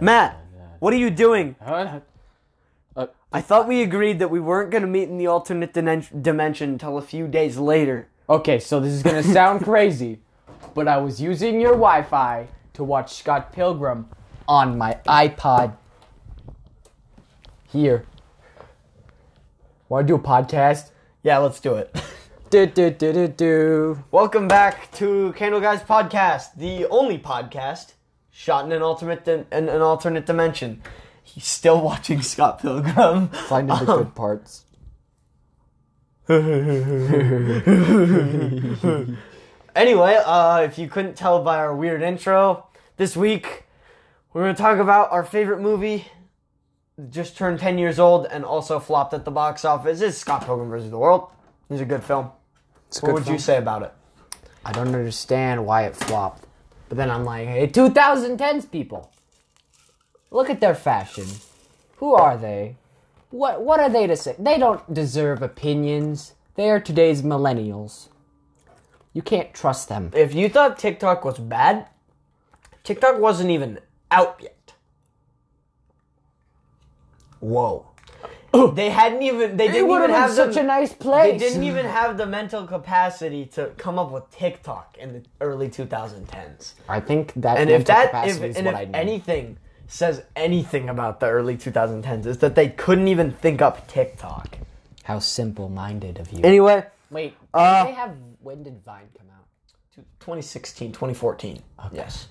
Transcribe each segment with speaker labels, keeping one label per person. Speaker 1: Matt, what are you doing?
Speaker 2: Uh, uh,
Speaker 1: I thought we agreed that we weren't going to meet in the alternate dimen- dimension until a few days later.
Speaker 2: okay, so this is gonna sound crazy, but I was using your Wi-Fi to watch Scott Pilgrim on my iPod. Here. Want to do a podcast?
Speaker 1: Yeah, let's do it.
Speaker 2: Do do do do do.
Speaker 1: Welcome back to Candle Guys Podcast, the only podcast shot in an alternate in an alternate dimension. He's still watching Scott Pilgrim.
Speaker 2: Finding
Speaker 1: Uh-huh.
Speaker 2: the good parts.
Speaker 1: Anyway, uh, if you couldn't tell by our weird intro, this week we're going to talk about our favorite movie, just turned 10 years old and also flopped at the box office, is Scott Pilgrim vs. the World. It's a good film.
Speaker 2: It's
Speaker 1: what would you say about it?
Speaker 2: I don't understand why it flopped. But then I'm like, hey, 2010s people. Look at their fashion. Who are they? What what are they to say? They don't deserve opinions. They are today's millennials. You can't trust them.
Speaker 1: If you thought TikTok was bad, TikTok wasn't even out yet. Whoa. they hadn't even they
Speaker 2: It
Speaker 1: didn't
Speaker 2: would
Speaker 1: even have
Speaker 2: have been such
Speaker 1: the,
Speaker 2: a nice place.
Speaker 1: They didn't even have the mental capacity to come up with TikTok in the early 2010s.
Speaker 2: I think that
Speaker 1: And if
Speaker 2: mental
Speaker 1: that, if,
Speaker 2: capacity is
Speaker 1: and
Speaker 2: what
Speaker 1: if
Speaker 2: I need.
Speaker 1: anything says anything about the early 2010s, is that they couldn't even think up TikTok.
Speaker 2: How simple-minded of you.
Speaker 1: Anyway,
Speaker 2: Wait,
Speaker 1: Uh,
Speaker 2: they have. When did Vine come out?
Speaker 1: 2016, 2014. Yes.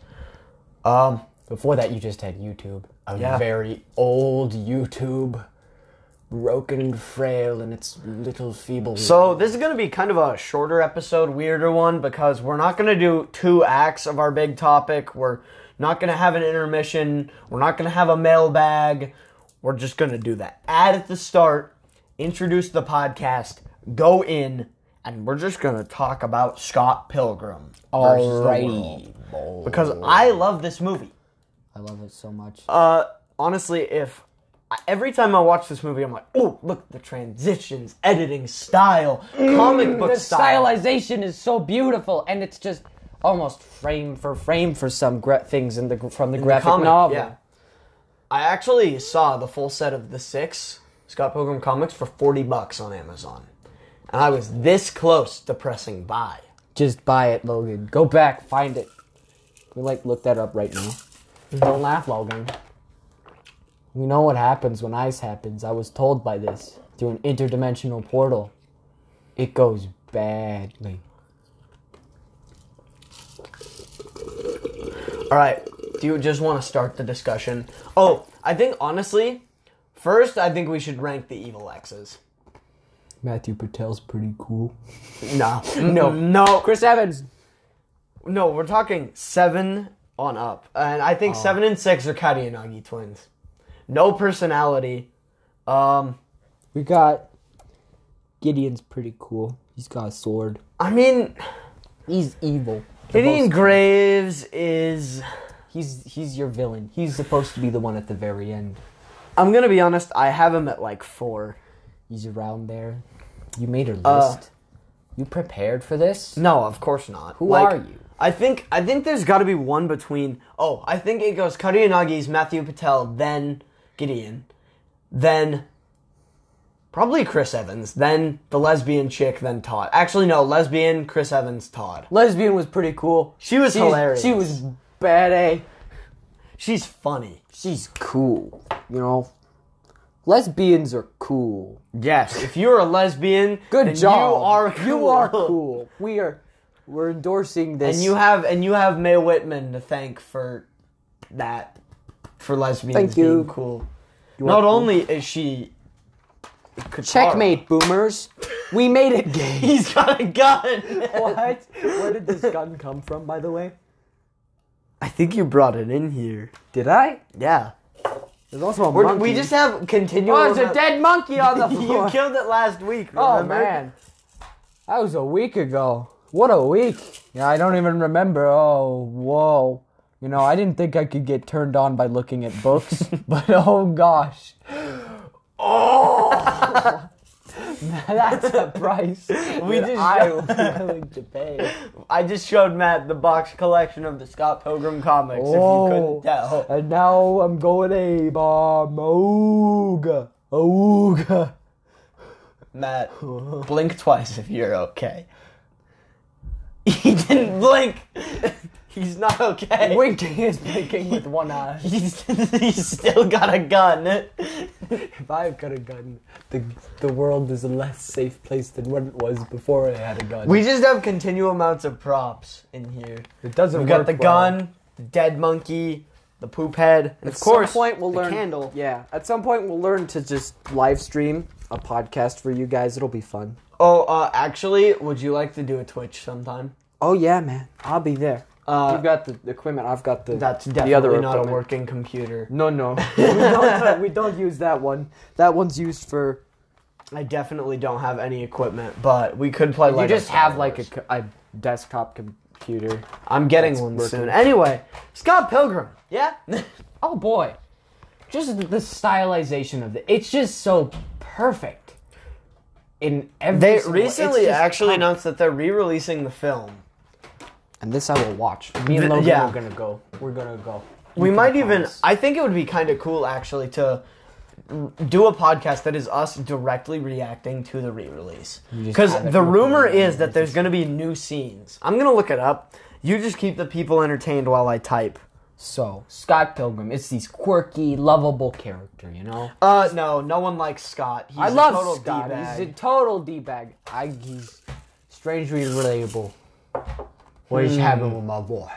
Speaker 1: Um,
Speaker 2: Before that, you just had YouTube. A
Speaker 1: Yeah.
Speaker 2: very old YouTube. Broken and frail in its little feeble.
Speaker 1: so this is going to be kind of a shorter episode, weirder one, because we're not going to do two acts of our big topic. We're not going to have an intermission. We're not going to have a mailbag. We're just going to do the ad at the start, introduce the podcast, go in, and we're just going to talk about Scott Pilgrim. versus the world.
Speaker 2: Alrighty.
Speaker 1: Because I love this movie.
Speaker 2: I love it so much.
Speaker 1: Uh, honestly, if every time I watch this movie, I'm like, oh, look, the transitions, editing style, comic book
Speaker 2: the
Speaker 1: style.
Speaker 2: stylization is so beautiful, and it's just almost frame for frame for some gra- things in the gr- from the graphic
Speaker 1: comic,
Speaker 2: novel.
Speaker 1: yeah. I actually saw the full set of the six Scott Pilgrim comics for 40 bucks on Amazon. And I was this close to pressing buy.
Speaker 2: Just buy it, Logan. Go back, find it. We like look that up right now. Don't laugh, Logan. We know what happens when ice happens. I was told by this through an interdimensional portal. It goes badly.
Speaker 1: All right. Do you just want to start the discussion? Oh, I think honestly, first, I think we should rank the evil X's.
Speaker 2: Matthew Patel's pretty cool.
Speaker 1: No, no, no.
Speaker 2: Chris Evans.
Speaker 1: No, we're talking seven on up, and I
Speaker 2: Oh.
Speaker 1: think seven and six are Kadi and Nagi twins. No personality. Um,
Speaker 2: We got Gideon's pretty cool. He's got a sword.
Speaker 1: I mean,
Speaker 2: He's evil.
Speaker 1: Gideon Graves is.
Speaker 2: He's he's your villain. He's supposed to be the one at the very end.
Speaker 1: I'm gonna be honest. I have him at like four.
Speaker 2: He's around there. You made a list.
Speaker 1: Uh,
Speaker 2: you prepared for this?
Speaker 1: No, of course not. Who
Speaker 2: are you?
Speaker 1: I think I think there's got to be one between. Oh, I think it goes Kadi and Nagi's Matthew Patel, then Gideon, then probably Chris Evans, then the lesbian chick, then Todd. Actually, no, lesbian Chris Evans, Todd.
Speaker 2: Lesbian was pretty cool.
Speaker 1: She was hilarious.
Speaker 2: She was bad eh? A.
Speaker 1: She's funny.
Speaker 2: She's cool. You know. Lesbians are cool.
Speaker 1: Yes. If you're a lesbian,
Speaker 2: Good
Speaker 1: then
Speaker 2: job.
Speaker 1: You are cool.
Speaker 2: You are cool. We are we're endorsing this.
Speaker 1: And you have and you have Mae Whitman to thank for that for lesbians
Speaker 2: Thank
Speaker 1: being
Speaker 2: you.
Speaker 1: cool.
Speaker 2: are
Speaker 1: Not
Speaker 2: cool.
Speaker 1: only is she Katara-
Speaker 2: Checkmate boomers. We made it gay.
Speaker 1: He's got a gun.
Speaker 2: what? Where did this gun come from, by the way?
Speaker 1: I think you brought it in here.
Speaker 2: Did I?
Speaker 1: Yeah.
Speaker 2: There's also a
Speaker 1: We're,
Speaker 2: monkey.
Speaker 1: we just have continual.
Speaker 2: Oh, there's a
Speaker 1: amount-
Speaker 2: dead monkey on the
Speaker 1: you
Speaker 2: floor.
Speaker 1: killed it last week.
Speaker 2: oh
Speaker 1: remember?
Speaker 2: man, that was a week ago. What a week! Yeah, I don't even remember. Oh, whoa. You know, I didn't think I could get turned on by looking at books, but oh gosh. Oh. That's a price
Speaker 1: We
Speaker 2: we
Speaker 1: just-
Speaker 2: just I will be willing to pay.
Speaker 1: I just showed Matt the box collection of the Scott Pilgrim comics, if you couldn't
Speaker 2: Oh,
Speaker 1: tell.
Speaker 2: and now I'm going a bomb. Ooga, ooga.
Speaker 1: Matt, blink twice if you're okay. He didn't blink. He's not okay.
Speaker 2: Winking is blinking with one eye.
Speaker 1: He's, he's still got a gun.
Speaker 3: If I've got a gun, the the world is a less safe place than what it was before I had a gun.
Speaker 1: We just have continual amounts of props in here.
Speaker 3: it doesn't.
Speaker 1: We've got
Speaker 3: work
Speaker 1: the
Speaker 3: well.
Speaker 1: gun, the dead monkey, the poop head, and of course,
Speaker 2: some point we'll
Speaker 1: the
Speaker 2: learn.
Speaker 1: candle.
Speaker 2: Yeah, at some point we'll learn to just live stream a podcast for you guys. It'll be fun.
Speaker 1: Oh, uh, actually, would you like to do a Twitch sometime?
Speaker 2: Oh yeah, man, I'll be there.
Speaker 1: Uh,
Speaker 2: You've got the equipment. I've got the.
Speaker 1: That's definitely
Speaker 2: other
Speaker 1: not a
Speaker 2: equipment.
Speaker 1: working computer.
Speaker 2: no, no, we, don't, uh, we don't use that one. That one's used for.
Speaker 1: I definitely don't have any equipment, but we could play.
Speaker 2: you just have like a, co- a desktop computer.
Speaker 1: I'm getting
Speaker 2: That's
Speaker 1: one
Speaker 2: working.
Speaker 1: soon. Anyway, Scott Pilgrim. Yeah.
Speaker 2: Oh boy, just the stylization of it. It's just so perfect. In every
Speaker 1: they
Speaker 2: single- it's
Speaker 1: recently
Speaker 2: just
Speaker 1: actually
Speaker 2: perfect.
Speaker 1: announced that they're re-releasing the film.
Speaker 2: And this I will watch. Me and
Speaker 1: Th-
Speaker 2: Logan
Speaker 1: yeah.
Speaker 2: are gonna go. We're gonna go.
Speaker 1: we
Speaker 2: can
Speaker 1: might even.
Speaker 2: promise.
Speaker 1: I think it would be kind of cool actually to do a podcast that is us directly reacting to the re-release
Speaker 2: just
Speaker 1: because
Speaker 2: have it
Speaker 1: the
Speaker 2: open
Speaker 1: rumor
Speaker 2: and
Speaker 1: is that there's going to be new scenes. I'm gonna look it up. You just keep the people entertained while I type.
Speaker 2: So Scott Pilgrim, it's these quirky, lovable character, you know.
Speaker 1: Uh, no, no one likes Scott. He's
Speaker 2: I
Speaker 1: a
Speaker 2: love
Speaker 1: total
Speaker 2: Scott.
Speaker 1: D-bag.
Speaker 2: He's a total d bag. I he's strangely relatable. What
Speaker 1: Hmm.
Speaker 2: is happening with my voice?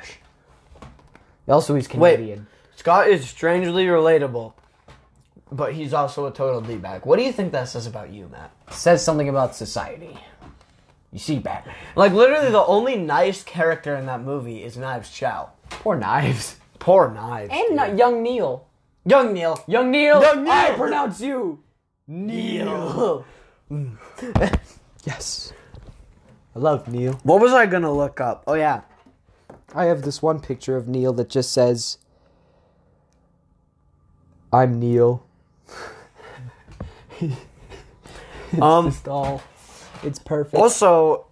Speaker 2: Also, he's Canadian.
Speaker 1: Scott is strangely relatable, but he's also a total d bag. What do you think that says about you, Matt?
Speaker 2: Says something about society. You see, Batman.
Speaker 1: Like literally, the only nice character in that movie is Knives Chow.
Speaker 2: Poor Knives.
Speaker 1: Poor Knives.
Speaker 2: And
Speaker 1: dude.
Speaker 2: not young Neil.
Speaker 1: young Neil.
Speaker 2: Young Neil.
Speaker 1: Young Neil!
Speaker 2: I pronounce you.
Speaker 1: Neil.
Speaker 2: Yes. I love Neil.
Speaker 1: What was I gonna look up? Oh yeah,
Speaker 2: I have this one picture of Neil that just says, "I'm Neil."
Speaker 1: Um,
Speaker 2: Just all- It's perfect.
Speaker 1: also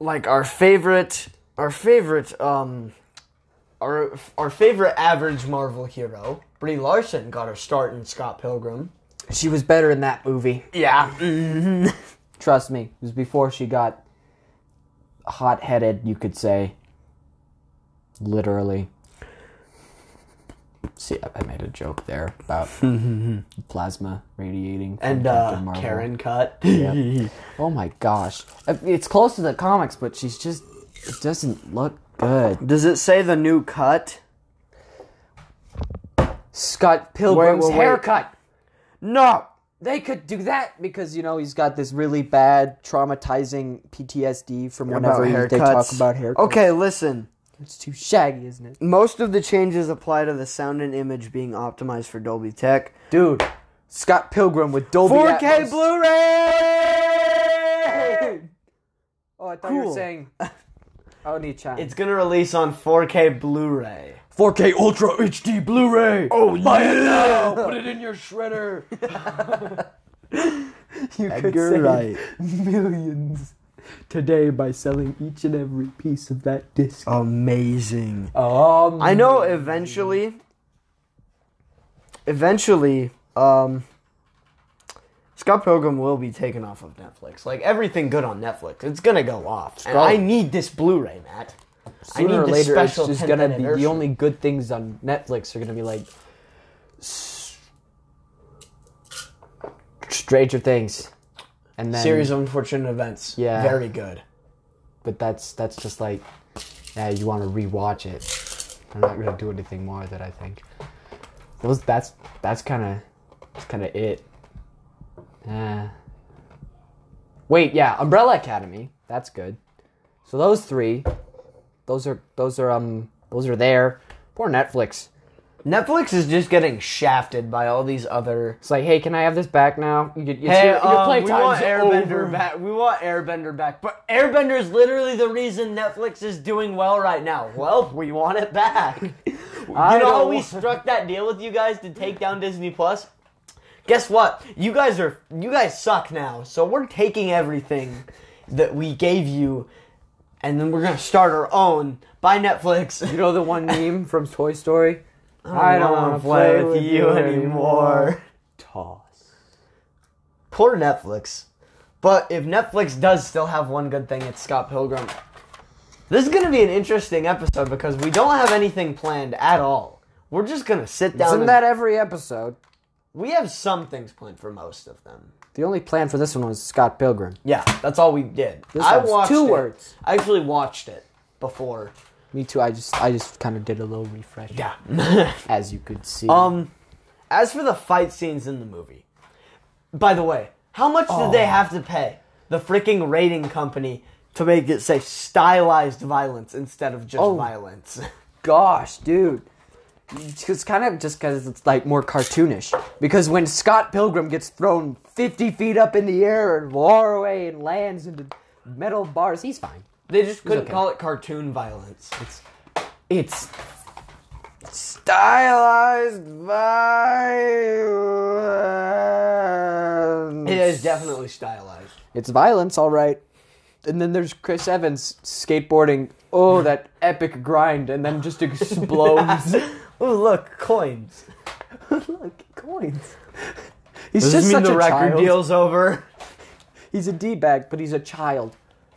Speaker 1: like our favorite our favorite um our our favorite average marvel hero brie larson got her start in scott pilgrim
Speaker 2: She was better in that movie.
Speaker 1: yeah
Speaker 2: Trust me. It was before she got hot-headed, you could say. Literally. See, I- I made a joke there about plasma radiating from
Speaker 1: and
Speaker 2: Captain
Speaker 1: uh
Speaker 2: Marvel.
Speaker 1: karen cut
Speaker 2: Oh my gosh. It's close to the comics, but she's just it doesn't look good.
Speaker 1: does it say the new cut
Speaker 2: Scott Pilgrim's
Speaker 1: wait, wait.
Speaker 2: haircut.
Speaker 1: no
Speaker 2: They could do that because you know he's got this really bad traumatizing PTSD from whenever he- they talk about haircuts.
Speaker 1: okay listen
Speaker 2: it's too shaggy, isn't it?
Speaker 1: most of the changes apply to the sound and image being optimized for dolby tech
Speaker 2: Dude, Scott Pilgrim with Dolby
Speaker 1: 4k
Speaker 2: Atmos.
Speaker 1: blu-ray
Speaker 2: Oh, I thought
Speaker 1: Cool.
Speaker 2: Oni-chan.
Speaker 1: it's gonna release on 4k blu-ray
Speaker 3: 4K Ultra HD Blu-ray.
Speaker 1: oh
Speaker 3: Buy it now. Put it in your shredder.
Speaker 2: you
Speaker 1: Edgar Wright.
Speaker 3: Millions today by selling each and every piece of that disc.
Speaker 1: Amazing.
Speaker 2: Um,
Speaker 1: I know eventually eventually um Scott Pilgrim will be taken off of Netflix. Like everything good on Netflix, it's gonna go off. And
Speaker 2: Scott-
Speaker 1: I need this Blu-ray, Matt. I
Speaker 2: sooner
Speaker 1: need
Speaker 2: or
Speaker 1: this
Speaker 2: later
Speaker 1: special
Speaker 2: it's just
Speaker 1: 10th
Speaker 2: gonna be
Speaker 1: anniversary.
Speaker 2: the only good things on Netflix are gonna be like s- Stranger Things, and then
Speaker 1: Series of unfortunate events.
Speaker 2: Yeah.
Speaker 1: Very good.
Speaker 2: but that's that's just like yeah, you want to rewatch it. They're not gonna do anything more with it. I think those that's that's kind of that's kind of it. Uh, wait, yeah, Umbrella Academy. That's good. So those three, those are those are um those are there. Poor Netflix.
Speaker 1: Netflix is just getting shafted by all these other
Speaker 2: It's like, hey, can I have this back now? You, you,
Speaker 1: Hey,
Speaker 2: your, your
Speaker 1: um, we
Speaker 2: playtime's
Speaker 1: want Airbender
Speaker 2: over.
Speaker 1: back. We want Airbender back. But Airbender is literally the reason Netflix is doing well right now. Well, we want it back. you know
Speaker 2: I
Speaker 1: how
Speaker 2: don't
Speaker 1: we
Speaker 2: want-
Speaker 1: struck that deal with you guys to take down Disney Plus? guess what? You guys are you guys suck now. So we're taking everything that we gave you, and then we're gonna start our own. Bye Netflix.
Speaker 2: You know the one meme from Toy Story?
Speaker 1: I don't want to play with you anymore.
Speaker 2: Toss.
Speaker 1: Poor Netflix. But if Netflix does still have one good thing, it's Scott Pilgrim. This is gonna be an interesting episode because we don't have anything planned at all. We're just gonna sit down.
Speaker 2: Isn't
Speaker 1: and-
Speaker 2: that every episode?
Speaker 1: we have some things planned for most of them.
Speaker 2: The only plan for this one was Scott Pilgrim.
Speaker 1: Yeah, that's all we did.
Speaker 2: This
Speaker 1: I
Speaker 2: one's
Speaker 1: watched
Speaker 2: two
Speaker 1: it.
Speaker 2: words.
Speaker 1: I actually watched it before.
Speaker 2: Me too. I just I just kind of did a little refresh.
Speaker 1: Yeah.
Speaker 2: As you could see.
Speaker 1: um, as for the fight scenes in the movie, by the way, how much did they have to pay the freaking rating company to make it say stylized violence instead of just violence?
Speaker 2: gosh, dude. It's it's kind of just because it's like more cartoonish. Because when Scott Pilgrim gets thrown 50 feet up in the air and far away and lands into metal bars, he's fine.
Speaker 1: they just couldn't
Speaker 2: okay.
Speaker 1: call it cartoon violence.
Speaker 2: It's stylized violence.
Speaker 1: It is definitely stylized.
Speaker 2: It's violence, all right. And then there's Chris Evans skateboarding. Oh, that epic grind, and then just explodes.
Speaker 1: Ooh, look, coins.
Speaker 2: Look, coins. He's
Speaker 1: Does
Speaker 2: just
Speaker 1: this mean
Speaker 2: such
Speaker 1: the
Speaker 2: a
Speaker 1: record
Speaker 2: child.
Speaker 1: deal's over?
Speaker 2: He's a d-bag, but he's a child.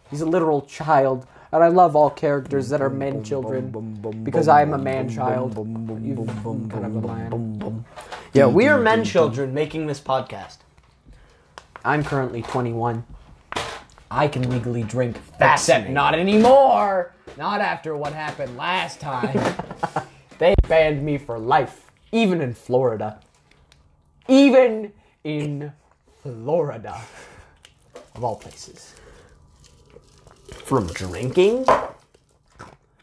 Speaker 2: He's a literal child, and I love all characters that are men children because I am a man child. You kind of a man.
Speaker 1: Yeah, we are men children making this podcast.
Speaker 2: I'm currently 21. I can legally drink, except
Speaker 1: Fascinating.
Speaker 2: not anymore. Not after what happened last time. they banned me for life, even in Florida. Even in Florida, of all places.
Speaker 1: From drinking?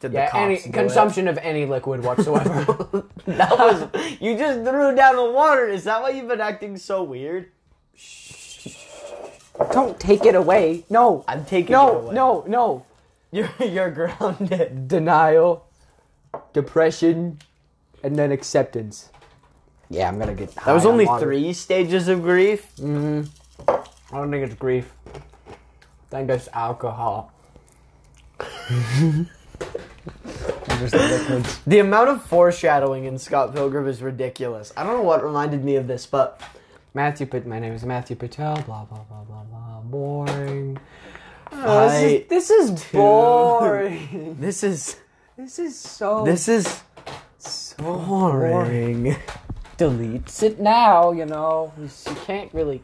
Speaker 1: Did
Speaker 2: Yeah, any
Speaker 1: do it?
Speaker 2: consumption of any liquid whatsoever.
Speaker 1: That was you just threw down the water. Is that why you've been acting so weird?
Speaker 2: Don't take it away. No,
Speaker 1: I'm taking
Speaker 2: no,
Speaker 1: it away.
Speaker 2: no, no.
Speaker 1: You're you're grounded.
Speaker 2: Denial, depression, and then acceptance. Yeah, I'm gonna get.
Speaker 1: That was only three stages of grief.
Speaker 2: Mm-hmm. I don't think it's grief. I think it's alcohol.
Speaker 3: There's the liquids.
Speaker 1: The amount of foreshadowing in Scott Pilgrim is ridiculous. I don't know what reminded me of this, but
Speaker 2: Matthew Pat. My name is Matthew Patel. Blah blah blah blah blah. Boring.
Speaker 1: Fight
Speaker 2: Oh, this is, this is boring.
Speaker 1: this is
Speaker 2: this is so.
Speaker 1: this is
Speaker 2: so
Speaker 1: boring.
Speaker 2: deletes it now. You know, you s- you can't really.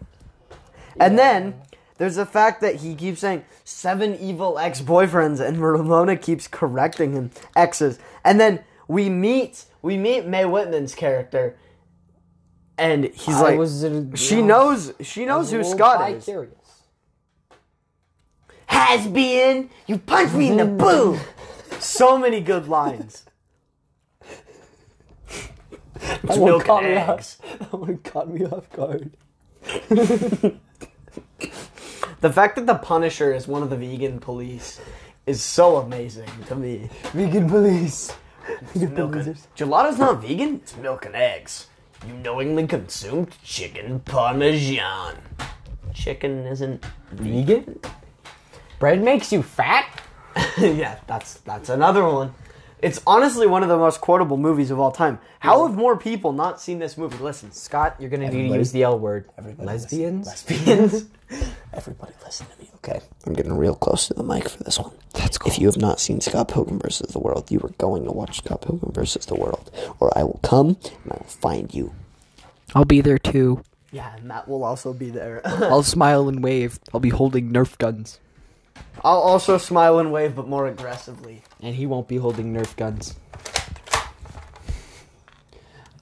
Speaker 1: And then there's the fact that he keeps saying seven evil ex boyfriends, and Ramona keeps correcting him exes. And then we meet we meet Mae Whitman's character, and he's
Speaker 2: I
Speaker 1: like,
Speaker 2: was a-
Speaker 1: she
Speaker 2: I was-
Speaker 1: knows she knows who Scott is.
Speaker 2: Vicarious.
Speaker 1: Has been you punch me in the boo. Mm-hmm. so many good lines.
Speaker 2: That one
Speaker 1: milk
Speaker 2: caught
Speaker 1: and
Speaker 2: me
Speaker 1: eggs.
Speaker 2: off. That one caught me off guard.
Speaker 1: The fact that the Punisher is one of the vegan police is so amazing to me.
Speaker 2: Vegan police. Vegan
Speaker 1: Milk and-
Speaker 2: police.
Speaker 1: Gelato's not vegan, it's milk and eggs. You knowingly consumed chicken parmesan. Chicken isn't vegan?
Speaker 2: Bread makes you fat.
Speaker 1: yeah, that's that's another one. It's honestly one of the most quotable movies of all time. How have more people not seen this movie? Listen,
Speaker 2: Scott, you're gonna need to
Speaker 3: Everybody-
Speaker 2: use the L word.
Speaker 3: everybody
Speaker 2: Lesbians.
Speaker 1: Scorpions.
Speaker 3: Everybody listen to me, okay? I'm getting real close to the mic for this one. That's cool. If you have not seen Scott Pilgrim versus the World, you are going to watch Scott Pilgrim versus the World, or I will come and I will find you.
Speaker 4: I'll be there too.
Speaker 1: yeah, Matt will also be there.
Speaker 4: I'll smile and wave. I'll be holding Nerf guns.
Speaker 1: I'll also smile and wave, but more aggressively.
Speaker 2: And he won't be holding Nerf guns.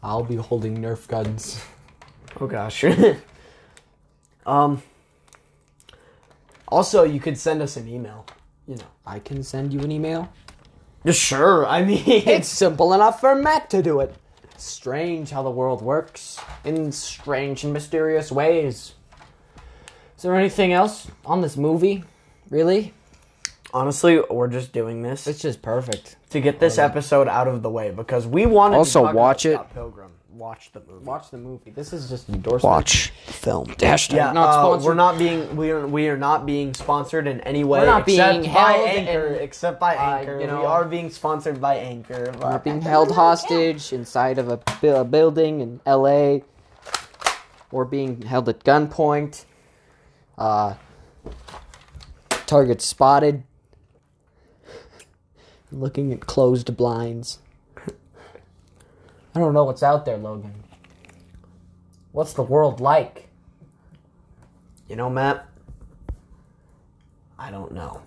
Speaker 2: I'll be holding Nerf guns.
Speaker 1: Oh gosh. um. Also, you could send us an email. You know.
Speaker 2: I can send you an email.
Speaker 1: Yeah, Sure. I mean,
Speaker 2: It's simple enough for Matt to do it. Strange how the world works in strange and mysterious ways. Is there anything else on this movie? Really?
Speaker 1: honestly, we're just doing this
Speaker 2: It's just perfect.
Speaker 1: to get this episode out of the way because we wanted
Speaker 4: Also
Speaker 1: to talk
Speaker 4: watch it.
Speaker 1: about Scott Pilgrim. watch the movie.
Speaker 2: Watch the movie. This is just endorsement.
Speaker 3: Watch the film. Dash
Speaker 1: Yeah,
Speaker 2: Not
Speaker 1: uh,
Speaker 2: sponsored.
Speaker 1: we're not being we are we are not being sponsored in any way.
Speaker 2: We're not
Speaker 1: except
Speaker 2: being
Speaker 1: by
Speaker 2: held
Speaker 1: Anchor,
Speaker 2: and-
Speaker 1: except by
Speaker 2: by,
Speaker 1: Anchor.
Speaker 2: you know-
Speaker 1: we are being sponsored by Anchor. but-
Speaker 2: Not being held hostage inside of a, bu- a building in L.A. or being held at gunpoint. Uh, target spotted. Looking at closed blinds. I don't know what's out there, Logan. What's the world like?
Speaker 1: You know, Matt. I don't know,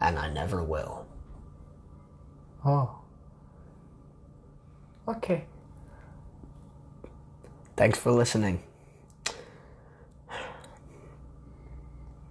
Speaker 1: and I never will.
Speaker 2: Oh. Okay.
Speaker 1: Thanks for listening.